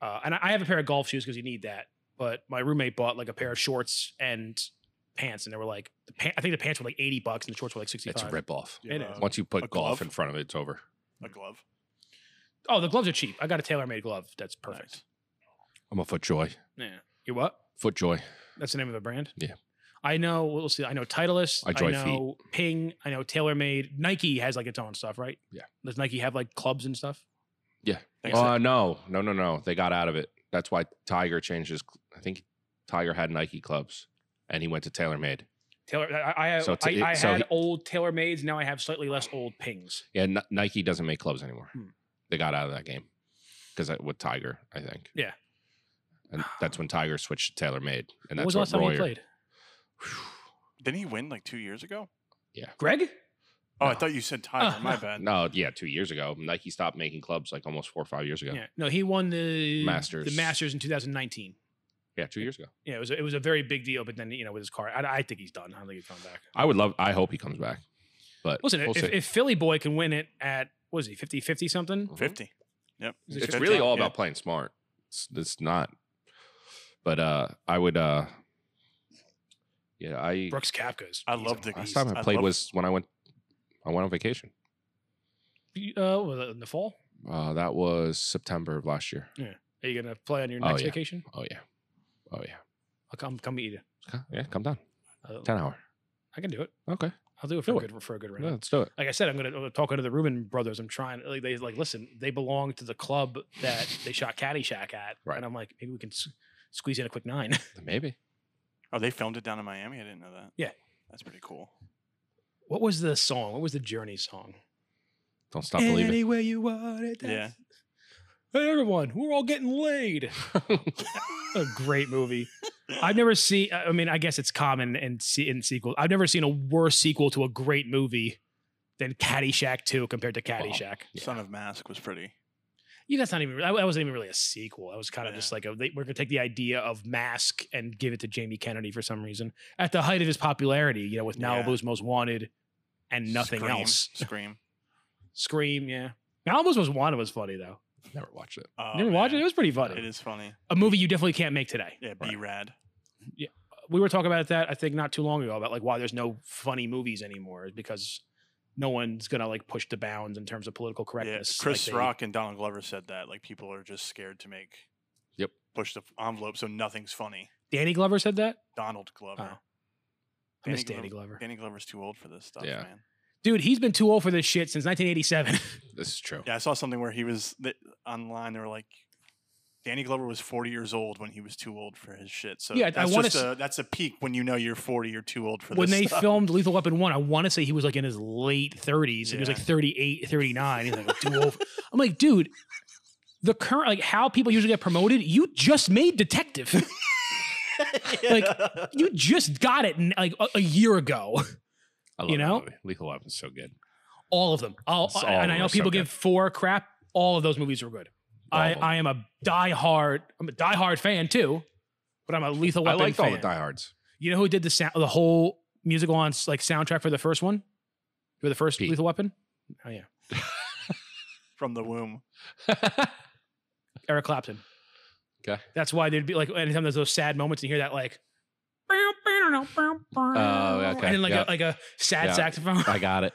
B: Uh, and I- I have a pair of golf shoes because you need that. But my roommate bought like a pair of shorts and pants, and they were like the pant- I think the pants were like 80 bucks and the shorts were like
A: It's
B: 65.
A: a rip off.
C: you
B: It
C: have
B: is.
C: a,
A: Once you put
C: A
A: golf
C: glove?
A: in front of it, it's over.
C: a glove.
B: Oh, the gloves are cheap. I got a tailor-made glove. That's perfect.
C: Nice.
A: I'm a foot joy.
B: Yeah. You what?
A: Foot joy.
B: That's the name of a brand.
A: Yeah.
B: I know. We'll see. I know Titleist.
A: I enjoy feet.
B: know Ping. I know TaylorMade. Nike has like its own stuff, right?
A: Yeah.
B: Does Nike have like clubs and stuff?
C: Thanks.
A: Uh, no, no, no, no. They got out of it. That's why Tiger changed his. cl- I think Tiger had Nike clubs, and he went to TaylorMade.
B: Taylor, I, I,
A: So
B: I,
A: to-
B: I
A: so
B: had
A: he-
B: old TaylorMades. Now I have slightly less old Pings.
A: Yeah, N- Nike doesn't make clubs anymore.
B: Hmm.
A: They got out of that game because with Tiger, I think.
B: Yeah.
A: and that's when Tiger switched to TaylorMade, and
B: When
A: that's
B: was the last
A: what
B: time
A: Royer.
B: you played?
C: Didn't he win like two years ago?
B: Greg?
C: Oh, I
A: No.
C: thought you said Tiger.
B: Oh,
C: My
B: no.
C: bad.
A: No, yeah, two years ago, Nike stopped making clubs like almost four or five years ago.
B: Yeah.
A: Yeah,
B: No, he won the The
A: Masters.
B: Masters in 2019.
A: two years ago.
B: Yeah, it was a, it was a very big deal. But then you know with his car, I, I think he's done. I don't think he's coming back.
A: I would love. I hope he comes back. But
B: Listen,
A: we'll
B: if,
A: see.
B: if Philly boy can win it at what is he 50 50 something?
A: Mhm.
C: Fifty. Yep.
B: Is it
A: it's
B: 50?
A: really all
C: Yeah.
A: about playing smart. It's, it's not. But uh, I would. uh Yeah, I.
B: Brooks Kapka's.
C: I love the
A: Last time I
C: I
A: played
C: love-
A: was when I went. I went on vacation.
B: uh, was it in the fall.
A: Uh, that was September of last year.
B: Are you gonna play on your
A: Oh,
B: next
A: yeah.
B: vacation?
A: Oh yeah, oh yeah,
B: I'll come come meet you.
A: Co- yeah. Come down.
B: I'll-
A: Ten hour.
B: I can do it.
A: Okay,
B: I'll do it for
A: Do
B: a
A: it.
B: good for a good round.
A: yeah, let's do it.
B: Like I said, I'm gonna I'm talking to the Rubin brothers. I'm trying. Like they like listen. They belong to the club that they shot Caddyshack at.
A: Right.
B: And I'm like, maybe we can s- squeeze in a quick nine.
A: Maybe.
C: Oh, they filmed it down in Miami. I didn't know that.
B: Yeah.
C: That's pretty cool.
B: what was the song? What was the Journey song?
A: Don't stop believing.
B: Anywhere you want it.
C: Yeah.
B: Hey everyone, we're all getting laid. a great movie. I've never seen. I mean, I guess it's common in se- in sequels. I've never seen a worse sequel to a great movie than Caddyshack Two compared to Caddyshack.
A: Yeah.
C: Son of Mask was pretty.
B: Yeah, that's not even. That that wasn't even really a sequel. That was kind of just
C: Yeah.
B: like a, they, we're gonna take the idea of Mask and give it to Jamie Kennedy for some reason at the height of his popularity. You know, with
C: Yeah.
B: Malibu's Most Wanted and nothing
C: Scream-
B: else.
C: Scream.
B: Scream, yeah. Malibu's Most Wanted was funny though.
A: Never watched it.
C: Oh,
B: you ever watch it?
C: man.
B: It was pretty funny.
C: It is funny.
B: a movie you definitely can't make today.
C: Yeah,
A: Right.
C: be rad.
B: we were talking about that I think not too long ago about like why there's no funny movies anymore is because no one's gonna like push the bounds in terms of political
C: Yeah,
B: correctness.
C: Chris
B: like they-
C: Rock and Donald Glover said that. Like people are just scared to make.
A: Yep.
C: Push the envelope so nothing's funny.
B: Danny Glover said that.
C: Donald Glover.
B: Oh. I miss Danny Glover.
C: Danny Glover's too old for this stuff,
A: Yeah.
C: man.
B: Dude, he's been too old for this shit since 1987.
A: This is true.
C: Yeah, I saw something where he was th- online. They were like, Danny Glover was 40 years old when he was too old for his shit. So
B: Yeah, I- I
C: that's
B: wanna
C: just
B: s-
C: a, that's a peak when you know you're 40, you're too old for
B: when
C: this
B: they
C: stuff.
B: filmed Lethal Weapon 1, I want to say he was like in his late 30s. He was like
C: Yeah.
B: 38, 39. He's like too old. I'm like, dude, the current like how people usually get promoted, you just made detective. like, you just got it n- like a- a year ago.
A: I love
B: You
A: that
B: know?
A: movie. Lethal Weapon's so good.
B: All of them. All,
A: It's all of
B: and I
A: them
B: know
A: are so
B: people
A: good.
B: give four crap. All of those movies were good.
A: All
B: I,
A: of them.
B: I am a diehard. I'm a diehard fan too, but I'm a Lethal
A: I
B: Weapon
A: liked
B: fan.
A: all the diehards.
B: you know who did the sound, the whole musical on s- like soundtrack for the first one, for the first
A: Pete.
B: Lethal Weapon? Oh yeah,
C: from the womb.
B: Eric Clapton.
A: 'Kay.
B: That's why there'd be like anytime there's those sad moments and you hear that like. Oh,
A: Oh, okay,
B: And then Oh, like
A: yeah.
B: a, like a sad
A: Yeah.
B: saxophone.
A: I got it.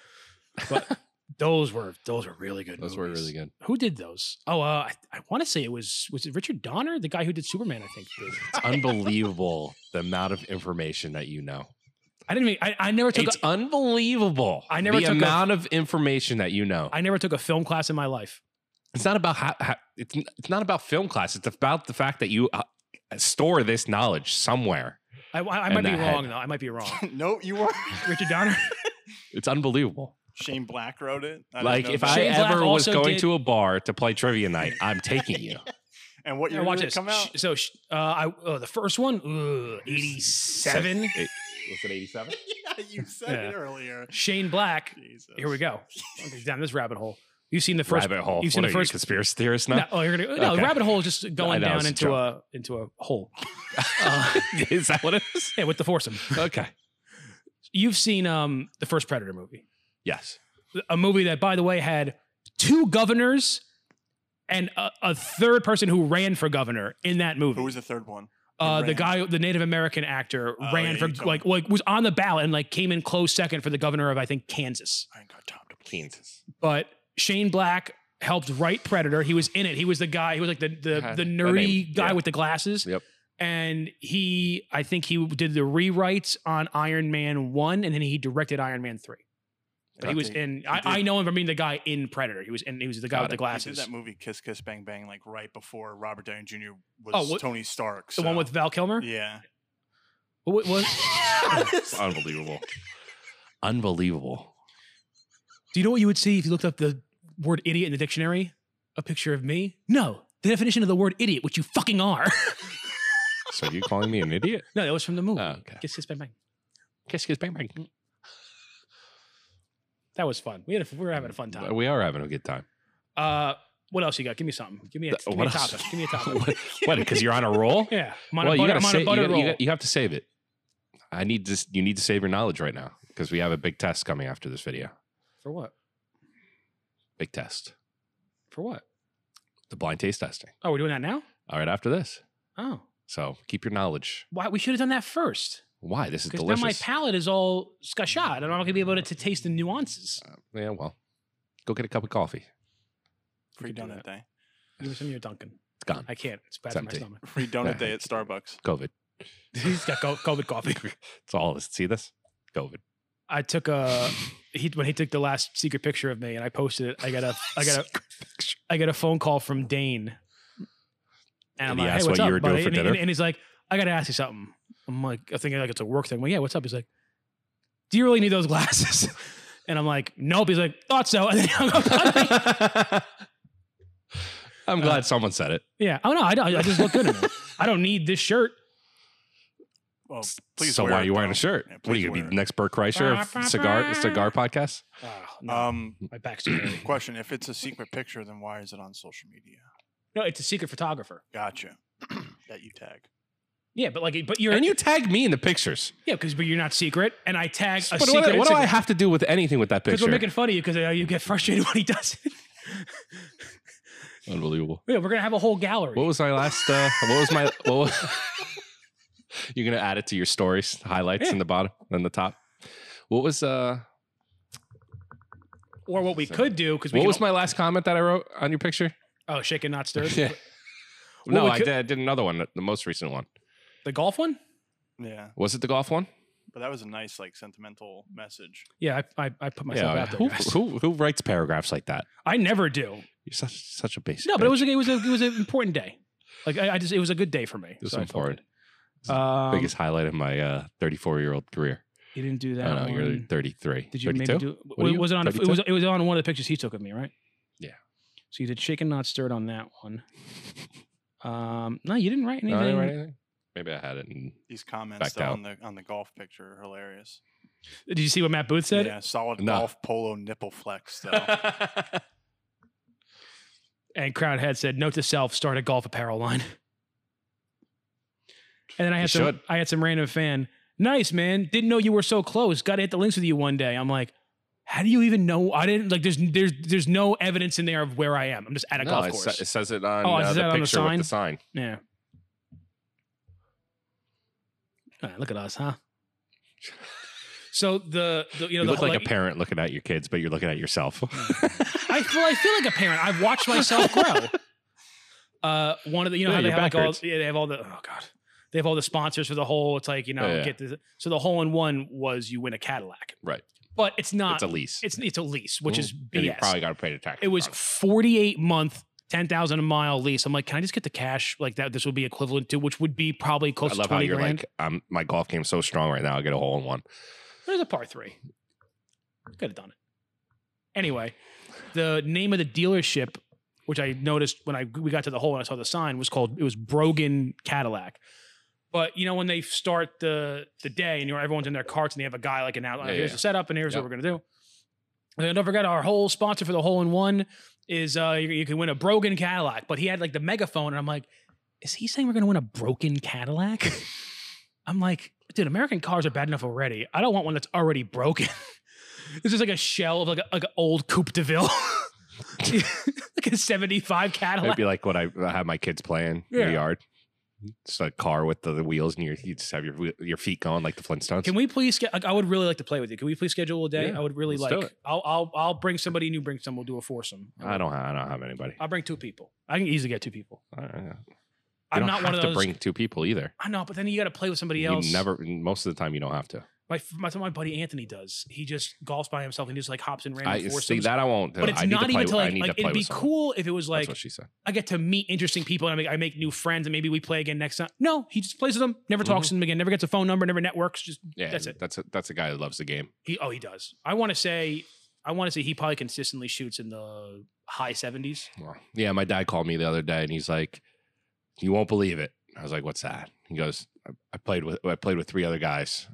B: those were those were really good.
A: Those
B: movies.
A: were really good.
B: Who did those? Oh, uh, I, I want to say it was was it Richard Donner, the guy who did Superman? I think. did.
A: It's unbelievable the amount of information that you know.
B: I didn't. Even, I I never took.
A: It's
B: A,
A: unbelievable.
B: I never
A: the
B: took a-
A: amount of information that you know.
B: I never took a film class in my life.
A: it's not about how, how it's n- it's not about film class. It's about the fact that you uh, store this knowledge somewhere.
B: I, I, I
A: And
B: might be
A: that
B: wrong
A: head.
B: though. I might be wrong.
C: no, you weren't.
B: Richard Donner.
A: It's unbelievable.
C: Shane Black wrote it. I didn't
A: like
C: know
A: if
C: that.
A: I
B: Shane Black
A: ever was
B: also
A: going
B: did-
A: to a bar to play trivia night, I'm taking you.
C: and what
B: Yeah,
C: year
B: watch
C: did
B: this.
C: it come out?
B: Sh- So sh- uh, I uh, the first one, ugh, eighty-seven.
A: Eight- was it 87?
C: yeah, you said it earlier.
B: Shane Black.
C: Jesus.
B: Here we go. Okay, Down this rabbit hole. You've seen the first
A: Rabbit hole.
B: You've
A: What
B: seen the
A: are you,
B: first-
A: conspiracy theorist
B: No,
A: now?
B: oh, you're gonna, no
A: Okay.
B: rabbit hole is just going
A: know, it's
B: down
A: a
B: into a, into a hole. Uh,
A: Is that what it is?
B: yeah, with the foursome.
A: Okay.
B: You've seen um the first Predator movie.
A: Yes.
B: a movie that, by the way, had two governors and a, a third person who ran for governor in that movie.
C: Who was the third one?
B: uh, the
C: ran?
B: guy, the Native American actor,
C: Oh,
B: ran
C: yeah,
B: for
C: you told
B: like like was on the ballot and like came in close second for the governor of I think Kansas.
C: I ain't got time to please.
A: Kansas.
B: But Shane Black helped write Predator. He was in it. He was the guy. He was like the the,
A: Uh-huh.
B: the
A: That
B: nerdy
A: name,
B: guy
A: yeah.
B: with the glasses.
A: Yep.
B: and he I think he did the rewrites on Iron Man one, and then he directed Iron Man three. But he was
C: He
B: in. I,
C: did.
B: I know him from being the guy in Predator. He was in. He was the guy
A: Got
B: with the
A: it.
B: glasses.
C: did that movie Kiss Kiss Bang Bang like right before Robert Downey Jr. was
B: Oh, what-
C: Tony Stark.
B: The one
C: so-
B: with Val Kilmer.
C: yeah.
B: What, what-
A: Unbelievable. Unbelievable.
B: do you know what you would see if you looked up the word idiot in the dictionary? A picture of me? No, the definition of the word idiot, which you fucking are.
A: So you calling me an idiot?
B: no, that was from the movie.
A: Oh, okay.
B: Kiss, kiss, bang, bang.
A: Kiss kiss bang bang.
B: That was fun. We had a, we were having a fun time.
A: We are having a good time.
B: Uh, what else you got? Give me something. Give me a,
A: Uh,
B: give me a
A: what else?
B: topic. Give me a topic.
A: what? Because you're on a roll.
B: yeah, I'm on
A: well,
B: a butter,
A: you
B: I'm
A: gotta
B: on
A: sa-
B: a butter
A: you, gotta- you
B: roll.
A: gotta- you have to save it. I need this. You need to save your knowledge right now because we have a big test coming after this video.
B: For what?
A: Big test.
B: For what?
A: The blind taste testing.
B: Oh, we're doing that now.
A: All right, after this.
B: Oh,
A: So keep your knowledge.
B: why? We should have done that first.
A: Why this is
B: Because now
A: delicious.
B: my palate is all scashad, and I'm not going to be able to, to taste the nuances.
A: Uh, yeah, well, go get a cup of coffee.
C: Free
B: could do
C: donut
B: that.
C: day.
B: Give me some of your Dunkin'.
A: It's gone.
B: I can't. It's bad
A: It's
B: for
A: empty.
B: my stomach.
C: Free donut day at Starbucks.
A: COVID.
B: He's got co- COVID coffee.
A: It's all this. See this? COVID.
B: I took a he when he took the last secret picture of me, and I posted it. I got a I got a I got a phone call from Dane, and I'm
A: And he
B: like,
A: asked
B: "Hey, what's
A: what
B: up,
A: you were doing
B: buddy?"
A: for
B: and, he- and-
A: dinner?
B: and he's like, "I got to ask you something." I'm like, I think like it's a work thing. Well, yeah, what's up? He's like, "Do you really need those glasses?" And I'm like, "Nope." He's like, "Thought so." And then he hung up on me.
A: I'm
B: Uh,
A: glad someone said it.
B: Yeah. Oh no, I, don't- I just look good in them. I don't need this shirt.
C: Well, please.
A: so
C: wear
A: why are
C: it,
A: you wearing
C: though.
A: a shirt?
C: Yeah,
A: what are you
C: please
A: gonna be
C: wear
A: the
C: it.
A: next Bert Kreischer of cigar cigar podcast?
B: Ah, no,
C: Um,
B: my back's too hairy.
C: question: If it's a secret picture, then why is it on social media?
B: No, it's a secret photographer.
C: Gotcha. that you tag.
B: Yeah, but like, but you're
A: And you tagged me in the pictures.
B: yeah, because but you're not secret, and I tag a
A: But
B: secret.
A: what, what do I have to do with anything with that
B: Because
A: picture?
B: we're making fun of you because uh, you get frustrated when he does it.
A: Unbelievable.
B: yeah, we're gonna have a whole gallery.
A: What was my last? Uh, what was my? What was, you're gonna add it to your stories highlights in the bottom and the top. What was uh?
B: or what we
A: So-
B: could do because we
A: What
B: can
A: was my last comment that I wrote on your picture?
B: oh shaken not stirred
A: Yeah.
B: Well,
A: no,
B: we
A: I
B: could-
A: did. I did another one. The most recent one
B: the golf one.
C: Yeah,
A: was it the golf one?
C: but that was a nice, like, sentimental message.
B: Yeah, I I, I put myself out there.
A: Who,
B: guys.
A: who who writes paragraphs like that?
B: I never do.
A: You're such such a basic.
B: No, but it was a, it was a, it was an important day. Like I, I just it was a good day for me.
A: This
B: so I
A: one
B: felt
A: forward.
B: good. Um,
A: biggest highlight of my uh 34 year old career.
B: You didn't do that.
A: I don't know. You're
B: one.
A: 33.
B: Did you
A: 32?
B: maybe do?
A: What are
B: Well,
A: you,
B: was it on? a- it
A: 32?
B: was it was on one of the pictures he took of me, right?
A: Yeah.
B: So you did shaken not stirred on that one. Um, no, you didn't write
A: No, I didn't
B: anything.
A: write anything? Maybe I had it. And
C: These comments
A: Backed
C: though, on the on the golf picture are hilarious.
B: Did you see what Matt Booth said?
C: yeah, solid
A: No.
C: golf polo nipple flex though.
B: And Crown Head said, "Note to self: start a golf apparel line." And then I
A: You
B: had some.
A: should.
B: I had some random fan. Nice man. Didn't know you were so close. Got to hit the links with you one day. I'm like, how do you even know? I didn't like. There's there's there's no evidence in there of where I am. I'm just at a
A: No, uh,
B: golf
A: it sa-
B: course.
A: It says it on
B: Oh, it
A: uh,
B: says it
A: the
B: on the
A: picture with the sign.
B: yeah. All right, look at us, huh? So the, the you know
A: You
B: the
A: look
B: whole,
A: like, a parent looking at your kids, but you're looking at yourself.
B: I well, I feel like a parent. I've watched myself grow. Uh, one of the you know
A: Yeah,
B: how they
A: your
B: have like all
A: backwards.
B: yeah they have all the oh god they have all the sponsors for the whole it's like you know
A: Yeah, yeah.
B: get this so the hole in one was you win a Cadillac
A: right.
B: but it's not
A: it's a lease.
B: it's it's a lease which is
A: Mm. And You
B: BS.
A: probably got to pay the tax.
B: it was
A: on
B: forty eight month. Ten thousand a mile lease. I'm like, can I just get the cash like that? This would be equivalent to, which would be probably close
A: I
B: to
A: love how
B: twenty
A: you're
B: grand.
A: like, um, my golf game's so strong right now. I get a hole in one.
B: There's a par three. Could have done it. Anyway, the name of the dealership, which I noticed when I we got to the hole and I saw the sign, was called it was Brogan Cadillac. But you know when they start the the day and you know everyone's in their carts and they have a guy like an outline.
A: Yeah,
B: here's
A: yeah.
B: the setup and here's
A: Yep.
B: what we're gonna do. And then don't forget our whole sponsor for the hole in one is uh you, you can win a Brogan Cadillac. But he had like the megaphone and I'm like, is he saying we're gonna win a broken Cadillac? I'm like, dude, American cars are bad enough already. I don't want one that's already broken. this is like a shell of like a, like an old Coupe de Ville, like a '75
A: It'd
B: Cadillac.
A: be like what I, I have my kids playing in
B: Yeah.
A: the yard. It's a car with the, the wheels, and you you just have your wheel- your feet going like the Flintstones.
B: Can we please? Get, like, I would really like to play with you. Can we please schedule a day?
A: Yeah,
B: I would really
A: let's do
B: like.
A: it.
B: I'll I'll I'll bring somebody, and you bring some. We'll do a foursome.
A: I don't. ha- I don't have anybody.
B: I'll bring two people. I can easily get two people.
A: I don't know. You
B: I'm
A: don't
B: not
A: have
B: one of
A: to
B: those.
A: bring two people either.
B: I know, but then you got to play with somebody
A: You
B: else.
A: never. Most of the time, you don't have to.
B: My my, my buddy Anthony does. He just golfs by himself and he just like hops in random
A: I
B: foursomes.
A: see that I won't. do.
B: But it's
A: I need
B: not
A: to play,
B: even to
A: I
B: like,
A: need
B: like
A: to play
B: it'd be
A: with someone.
B: cool if it was
A: That's
B: like
A: what she said.
B: I get to meet interesting people and I make, I make new friends and maybe we play again next time. No, he just plays with them, never talks
A: Mm-hmm.
B: to them again, never gets a phone number, never networks. Just
A: Yeah,
B: that's it.
A: That's a, that's a guy who loves the game.
B: he oh he does. I want to say I want to say he probably consistently shoots in the high seventies.
A: Well, yeah, my dad called me the other day and he's like, "You won't believe it." I was like, "What's that?" He goes, "I, I played with I played with three other guys,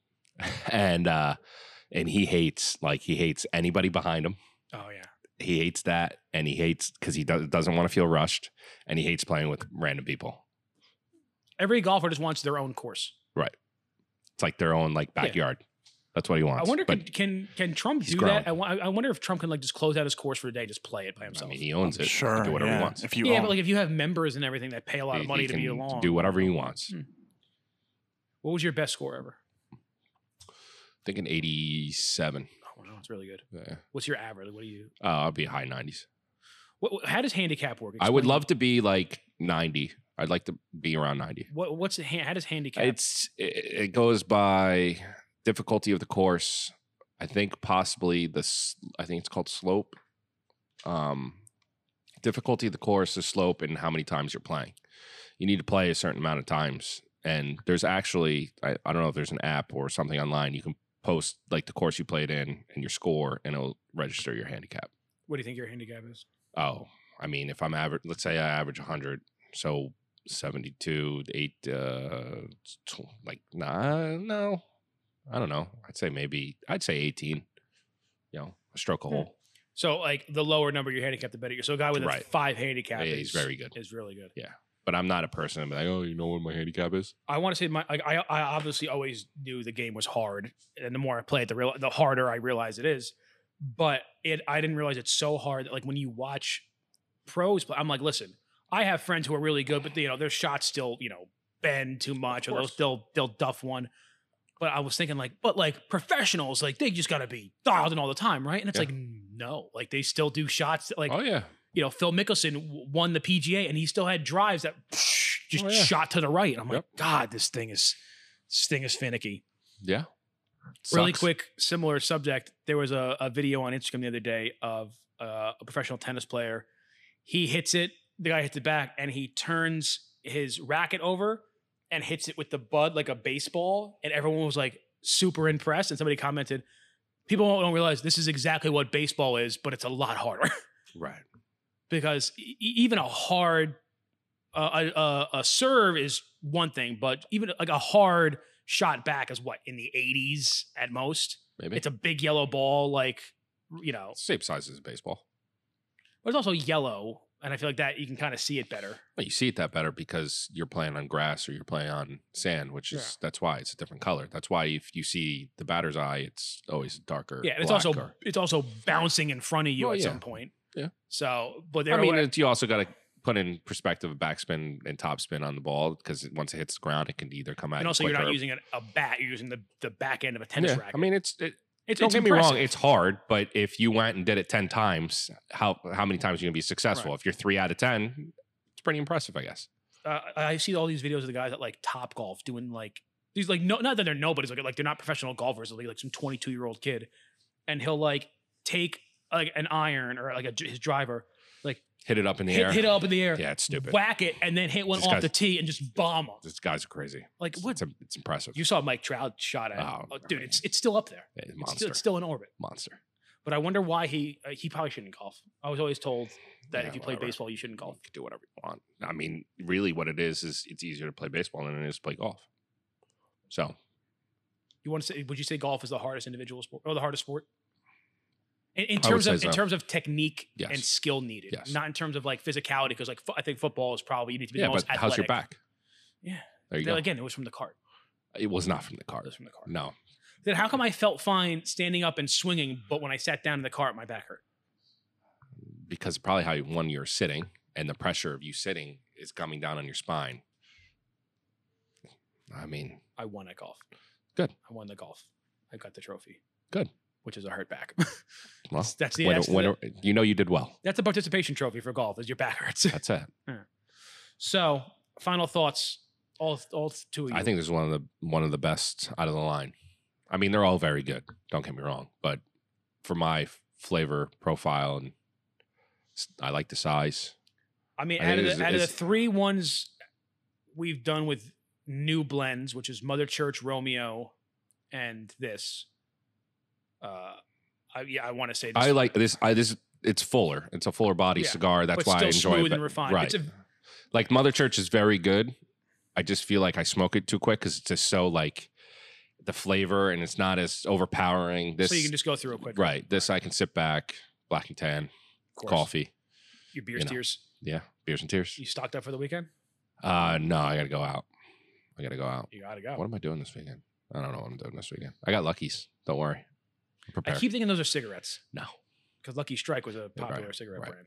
A: and uh, and he hates like he hates anybody behind him.
B: Oh yeah,
A: He hates that, and he hates because he do- doesn't want to feel rushed, and he hates playing with random people.
B: every golfer just wants their own course.
A: It's like their own like backyard. That's what he
B: I
A: wants.
B: wonder
A: But,
B: can, can can Trump
A: he's
B: do
A: grown.
B: that? I, wa- I wonder if Trump can like just close out his course for a day, just play it by
A: I
B: himself.
A: mean, he owns it. He can
C: sure.
A: do whatever
C: yeah,
A: he wants.
C: If you
B: yeah,
C: own-
B: but like if you have members and everything that pay a lot
A: He-
B: of
A: he
B: money to be
A: can
B: along,
A: Do whatever he wants.
B: Hmm.
A: I
B: What was your best score ever?
A: think in '87.
B: Oh no, it's really good.
A: Yeah.
B: What's your average? What do you?
A: Uh, I'll be high 90s.
B: What, what- how does handicap work?
A: I would
B: Explain.
A: love to be like 90. I'd like to be around 90.
B: What, what's the ha- how does handicap?
A: It's it, it goes by difficulty of the course. I think possibly the s- I think it's called slope. Um difficulty of the course, the slope and how many times you're playing. You need to play a certain amount of times and there's actually I, I don't know if there's an app or something online you can post like the course you played in and your score and it'll register your handicap.
B: what do you think your handicap is?
A: Oh, I mean, if I'm average, let's say I average 100, so 72, eight, uh, tw- like, nah, no, I don't know. I'd say maybe, I'd say 18, you know, a stroke a
B: Hmm.
A: hole.
B: So like the lower number your handicap, the better. You're so a guy with a
A: Right.
B: five handicap.
A: Yeah, he's
B: is,
A: eh, very good.
B: Is really good.
A: But I'm not a person. I'm like, oh, you know what my handicap is?
B: I want to say my like I, I obviously always knew the game was hard, and the more I play it, the real the harder I realize it is. But it I didn't realize it's so hard that like when you watch pros play, I'm like, listen, I have friends who are really good, but you know their shots still you know bend too much, or they'll
A: course.
B: they'll they'll duff one. But I was thinking like, but like professionals, like they just got to be dialed in all the time, right? And it's
A: Yeah.
B: like no, like they still do shots that, like
A: oh, yeah.
B: you know, Phil Mickelson w- won the PGA and he still had drives that just
A: Oh, yeah.
B: shot to the right. And I'm like,
A: Yep.
B: God, this thing is this thing is finicky.
A: Yeah.
B: Really
A: Sucks.
B: quick, similar subject. There was a, a video on Instagram the other day of uh, a professional tennis player. He hits it, the guy hits it back, and he turns his racket over and hits it with the bud like a baseball. And everyone was like super impressed. And somebody commented, People don't realize this is exactly what baseball is, but it's a lot harder
A: Right.
B: because e- e- even a hard uh, a, a, a serve is one thing, but even like a hard shot back is what in the 80s at most.
A: Maybe.
B: It's a big yellow ball, like you know,
A: Same size as a baseball.
B: but it's also yellow, and I feel like that you can kind of see it better.
A: Well, you see it that better because you're playing on grass or you're playing on sand, which is
B: Yeah.
A: that's why it's a different color. That's why if you see the batter's eye, it's always darker.
B: Yeah, and it's
A: black
B: also
A: or-
B: it's also bouncing in front of you
A: Well,
B: at
A: yeah.
B: some point.
A: Yeah.
B: So, but there,
A: I mean,
B: were,
A: it's, you also got to put in perspective of backspin and topspin on the ball because once it hits the ground, it can either come out.
B: and also you're
A: quicker.
B: not using a, a bat; you're using the the back end of a tennis
A: Yeah,
B: racket.
A: I mean, it's it,
B: it's,
A: don't
B: it's
A: get me
B: impressive.
A: wrong, it's hard, but if you went and did it ten times, how how many times are you gonna be successful? If you're three out of ten, it's pretty impressive, I guess.
B: uh, I see all these videos of the guys at like Top Golf doing like these like no not that they're nobody's like like they're not professional golfers like like some 22 year old kid and he'll like take like an iron or like a, his driver
A: Hit it up in the
B: hit,
A: air.
B: hit it up in the air
A: Yeah, it's stupid.
B: whack it and then hit one
A: This
B: off
A: guy's-
B: the tee and just bomb 'em.
A: These guys are crazy.
B: like
A: It's,
B: what
A: It's, it's impressive.
B: you saw Mike Trout shot at
A: Oh,
B: oh,
A: I
B: dude
A: mean,
B: it's it's still up there
A: It's
B: it's
A: monster.
B: still, it's still in orbit
A: monster.
B: but I wonder why he uh, he probably shouldn't golf I was always told that
A: Yeah,
B: if you play
A: whatever.
B: baseball you shouldn't golf
A: You can do whatever you want. I mean, really, what it is is it's easier to play baseball than it is to play golf. So
B: You want to say? Would you say golf is the hardest individual sport or the hardest sport? In, in
A: I would
B: terms of
A: say
B: in
A: so.
B: terms of technique and
A: Yes.
B: skill needed,
A: Yes.
B: not in terms of like physicality, because like fo- I think football is probably you need to be
A: yeah,
B: the
A: but
B: most athletic.
A: how's your back?
B: Yeah.
A: there you
B: Then
A: go.
B: again, it was from the cart.
A: It was not from the
B: It
A: card.
B: was from the cart.
A: No,
B: Then how come I felt fine standing up and swinging, but when I sat down in the cart, my back hurt?
A: because probably how you, one you're sitting and the pressure of you sitting is coming down on your spine. I mean,
B: I won at golf.
A: Good.
B: I won the golf. I got the trophy.
A: Good.
B: Which is a hurt back.
A: well,
B: that's the,
A: when-
B: that's,
A: when-
B: the
A: you know you did well.
B: that's the participation trophy for golf. Is your back hurts?
A: That's it.
B: So final thoughts, all all two of you.
A: I think this is one of the one of the best out of the line. I mean, they're all very good. Don't get me wrong, but for my f- flavor profile and s- I like the size.
B: I mean,
A: I
B: out
A: think
B: of the,
A: it's-
B: out of the
A: it's-
B: three ones we've done with new blends, which is Mother Church, Romeo, and this. Uh, I, yeah, I want to say this.
A: I like this. I this it's fuller. It's a fuller body
B: Yeah,
A: cigar. That's
B: but
A: why I
B: still
A: enjoy
B: smooth
A: it.
B: and
A: but-
B: refined.
A: Right.
B: It's a
A: like Mother Church is very good. I just feel like I smoke it too quick because it's just so like the flavor and it's not as overpowering. This
B: so you can just go through it quick.
A: right. This I can sit back, black and tan,
B: Of course.
A: coffee,
B: Your beer
A: you know.
B: steers.
A: yeah, beers and tears.
B: You stocked up for the weekend.
A: Uh, no, I gotta go out. I gotta go out.
B: You gotta go.
A: What am I doing this weekend? I don't know what I'm doing this weekend. I got luckies. Don't worry. I'm
B: I
A: prepared.
B: keep thinking those are cigarettes
A: no.
B: because Lucky Strike was a
A: Yeah, right,
B: popular cigarette
A: right.
B: brand.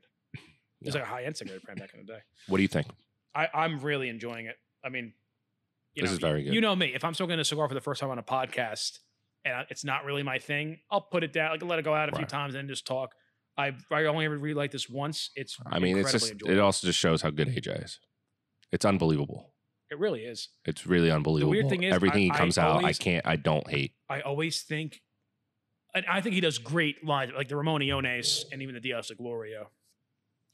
B: It was
A: Yeah.
B: like a high end cigarette brand back in the day.
A: What do you think?
B: I, I'm really enjoying it. I mean, you
A: This
B: know,
A: is very good.
B: You know me. If I'm smoking a cigar for the first time on a podcast and I- it's not really my thing, I'll put it down, like let it go out a few
A: Right.
B: times and just talk. I I only ever relight this once. It's
A: I mean, it's
B: incredibly
A: just
B: enjoyable.
A: it also just shows how good AJ is. It's unbelievable.
B: it really is.
A: It's really unbelievable.
B: thing is,
A: everything he
B: I- I
A: comes out,
B: always-
A: I can't. I don't hate.
B: I always think, and I think he does great lines like the Ramoniones and even the Dios de Gloria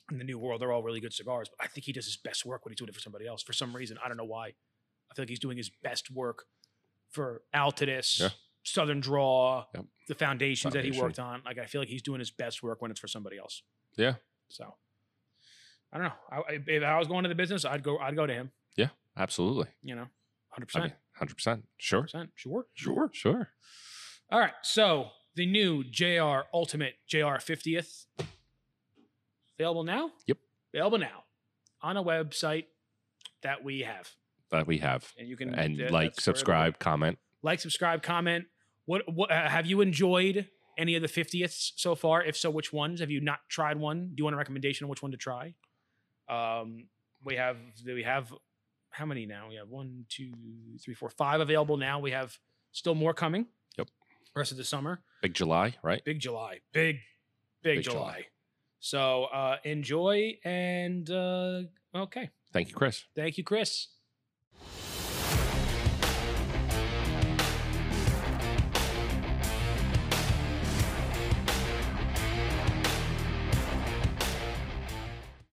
B: and the New World. They're all really good cigars, but I think he does his best work when he's doing it for somebody else. For some reason, I don't know why. I feel like he's doing his best work for Altadis,
A: Yeah.
B: Southern Draw,
A: Yep.
B: the foundations that he
A: Foundation.
B: worked on. Like I feel like he's doing his best work when it's for somebody else.
A: Yeah.
B: So I don't know. I, I- if I was going to the business, I'd go. I'd go to him.
A: Absolutely.
B: You know,
A: I
B: hundred percent,
A: mean, hundred percent. Sure.
B: percent, sure.
A: Sure. Sure.
B: All right. So the new JR Ultimate JR 50th. Available now?
A: Yep.
B: Available now on a website that we have.
A: That we have
B: And you can
A: and
B: that-
A: like,
B: Mm, that's where-
A: subscribe, comment.
B: Like, subscribe, comment. What, what uh, have you enjoyed any of the 50ths so far? If so, which ones? Have you not tried one? Do you want a recommendation on which one to try? Um, we have we have how many now? We have one, two, three, four, five available now. We have still more coming.
A: Yep.
B: Rest of the summer
A: Big July, right?
B: big July, big, big,
A: Big
B: July.
A: July.
B: So uh, enjoy and uh, okay.
A: Thank you, Chris.
B: Thank you, Chris.